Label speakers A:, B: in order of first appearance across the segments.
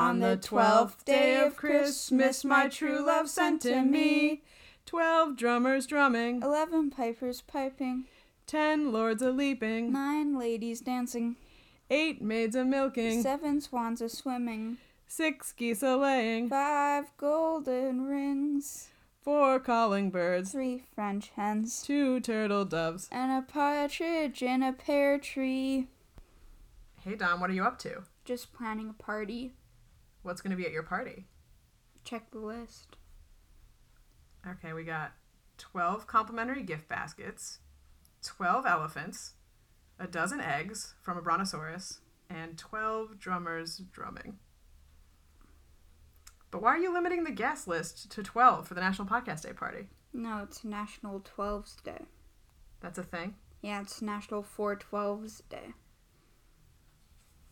A: On the twelfth day of Christmas, my true love sent to me
B: twelve drummers drumming,
A: eleven pipers piping,
B: ten lords a leaping,
A: nine ladies dancing,
B: eight maids a milking,
A: seven swans a swimming,
B: six geese a laying,
A: five golden rings,
B: four calling birds,
A: three French hens,
B: two turtle doves.
A: and a partridge in a pear tree.
B: Hey Don, what are you up to?
A: Just planning a party.
B: What's going to be at your party?
A: Check the list.
B: Okay, we got 12 complimentary gift baskets, 12 elephants, a dozen eggs from a brontosaurus, and 12 drummers drumming. But why are you limiting the guest list to 12 for the National Podcast Day party?
A: No, it's National 12s Day.
B: That's a thing.
A: Yeah, it's National 412s Day.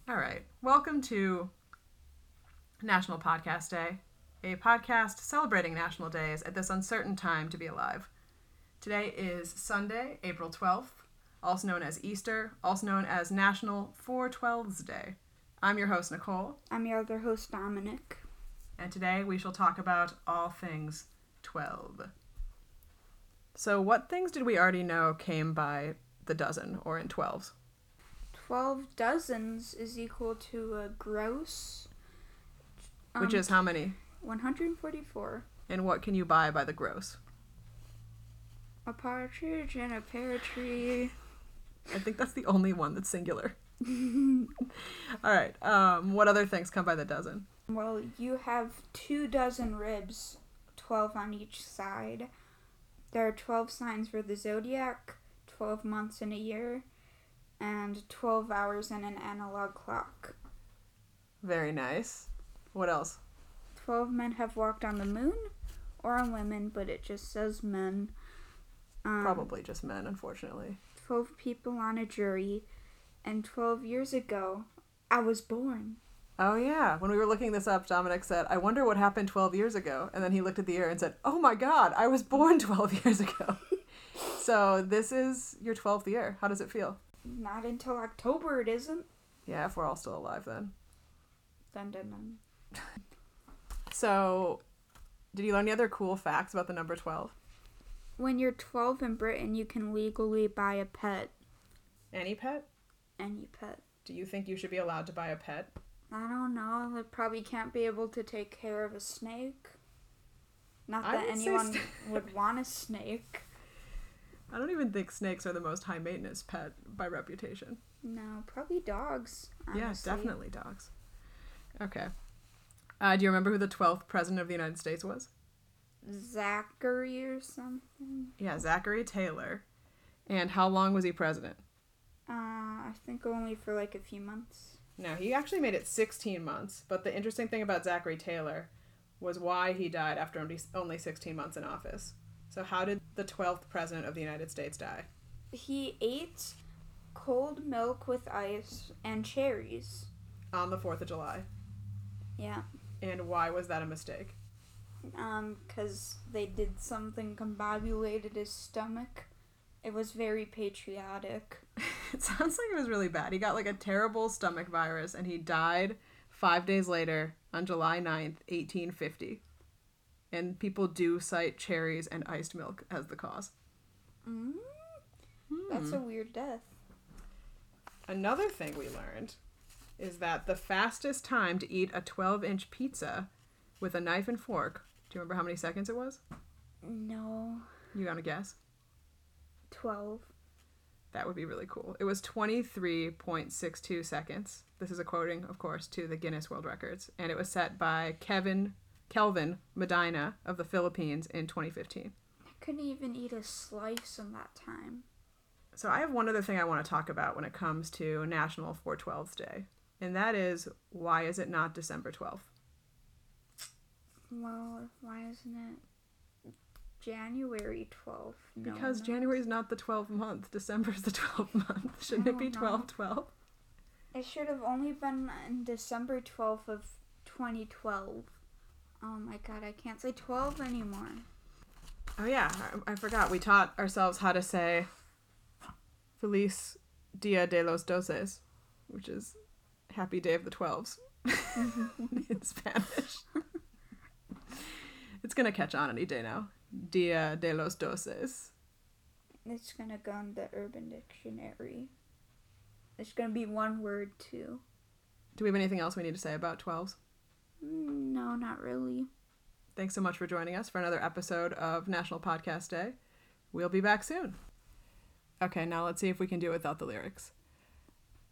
B: All right. Welcome to National Podcast Day, a podcast celebrating national days at this uncertain time to be alive. Today is Sunday, April 12th, also known as Easter, also known as National 412s Day. I'm your host, Nicole,
A: I'm your other host, Dominic.
B: and today we shall talk about all things 12. So, what things did we already know came by the dozen or in 12s?
A: 12 dozens is equal to a gross.
B: Which
A: um,
B: is how many?
A: 144.
B: And what can you buy by the gross?
A: A partridge in a pear tree.
B: I think that's the only one that's singular. All right. Um, what other things come by the dozen?
A: Well, you have two dozen ribs, 12 on each side. There are 12 signs for the zodiac, 12 months in a year, and 12 hours in an analog clock.
B: Very nice. What else?
A: 12 men have walked on the moon, or on women, but it just says men. Um,
B: Probably just men, unfortunately.
A: 12 people on a jury, and 12 years ago, I was born.
B: Oh yeah. When we were looking this up, Dominic said, "I wonder what happened 12 years ago." And then he looked at the year and said, "Oh my God, I was born 12 years ago." so this is your 12th year. How does it feel?
A: Not until October, it isn't.
B: Yeah, if we're all still alive then.
A: Dun dun dun.
B: So, did you learn any other cool facts about the number 12?
A: When you're 12 in Britain, you can legally buy a pet.
B: Any pet?
A: Any pet.
B: Do you think you should be allowed to buy a pet?
A: I don't know. They probably can't be able to take care of a snake. Not
B: I
A: that
B: would say
A: anyone
B: st-
A: would want a snake.
B: I don't even think snakes are the most high maintenance pet by reputation.
A: No, probably dogs.
B: Yes,
A: honestly.
B: yeah, definitely dogs. Okay. Uh, do you remember who the 12th president of the United States was?
A: Zachary or something.
B: Yeah, Zachary Taylor. And how long was he president?
A: Uh, I think only for like a few months.
B: No, he actually made it 16 months, but the interesting thing about Zachary Taylor was why he died after only- only 16 months in office. So, how did the 12th president of the United States die?
A: He ate cold milk with ice and cherries.
B: On the 4th of July.
A: Yeah.
B: And why was that a mistake?
A: um, because they did something combobulated his stomach. It was very patriotic.
B: It sounds like it was really bad. He got like a terrible stomach virus and he died five days later on July 9th, 1850. And people do cite cherries and iced milk as the cause.
A: Mm? Mm-hmm.
B: Hmm.
A: That's a weird death.
B: Another thing we learned is that the fastest time to eat a 12 inch pizza with a knife and fork, do you remember how many seconds it was?
A: No,
B: You gotta guess?
A: twelve.
B: That would be really cool. It was 23.62 seconds. This is a quoting, of course, to the Guinness World Records, and it was set by Kevin Kelvin Medina of the Philippines in 2015.
A: I couldn't even eat a slice in that time.
B: So I have one other thing I want to talk about when it comes to National 412th Day, and that is why is it not December 12th?
A: Well, why isn't it January twelfth?
B: Because January is not the 12th month. December is the 12th month. Shouldn't it be
A: don't know.
B: 1212?
A: it should have only been on December twelfth of twenty twelve. Oh my god, I can't say twelve anymore.
B: Oh yeah, I, I forgot. We taught ourselves how to say "Feliz Dia de los Doces," which is "Happy Day of the Twelves." in Spanish. it's gonna catch on any day now. Dia de los Doces.
A: It's gonna go in the Urban Dictionary. It's gonna be one word too.
B: Do we have anything else we need to say about 12s?
A: Mm, No, not really.
B: Thanks so much for joining us for another episode of National Podcast Day. We'll be back soon. Okay, now let's see if we can do it without the lyrics.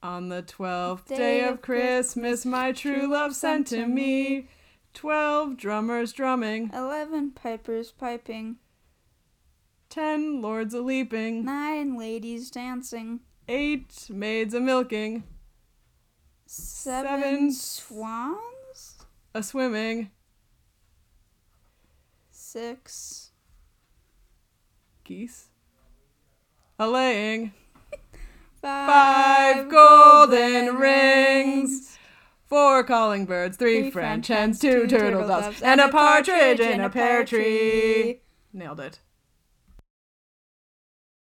B: On the twelfth day, of Christmas, my true love sent to me twelve drummers drumming,
A: Eleven pipers piping,
B: ten lords a leaping,
A: nine ladies dancing,
B: eight maids a milking,
A: seven,
B: Seven
A: swans,
B: a swimming,
A: six
B: geese, a laying,
A: five
B: five golden rings. Four calling birds, three,
A: Three
B: French
A: French
B: hens, two, turtle doves, and a partridge in a pear tree. Nailed it.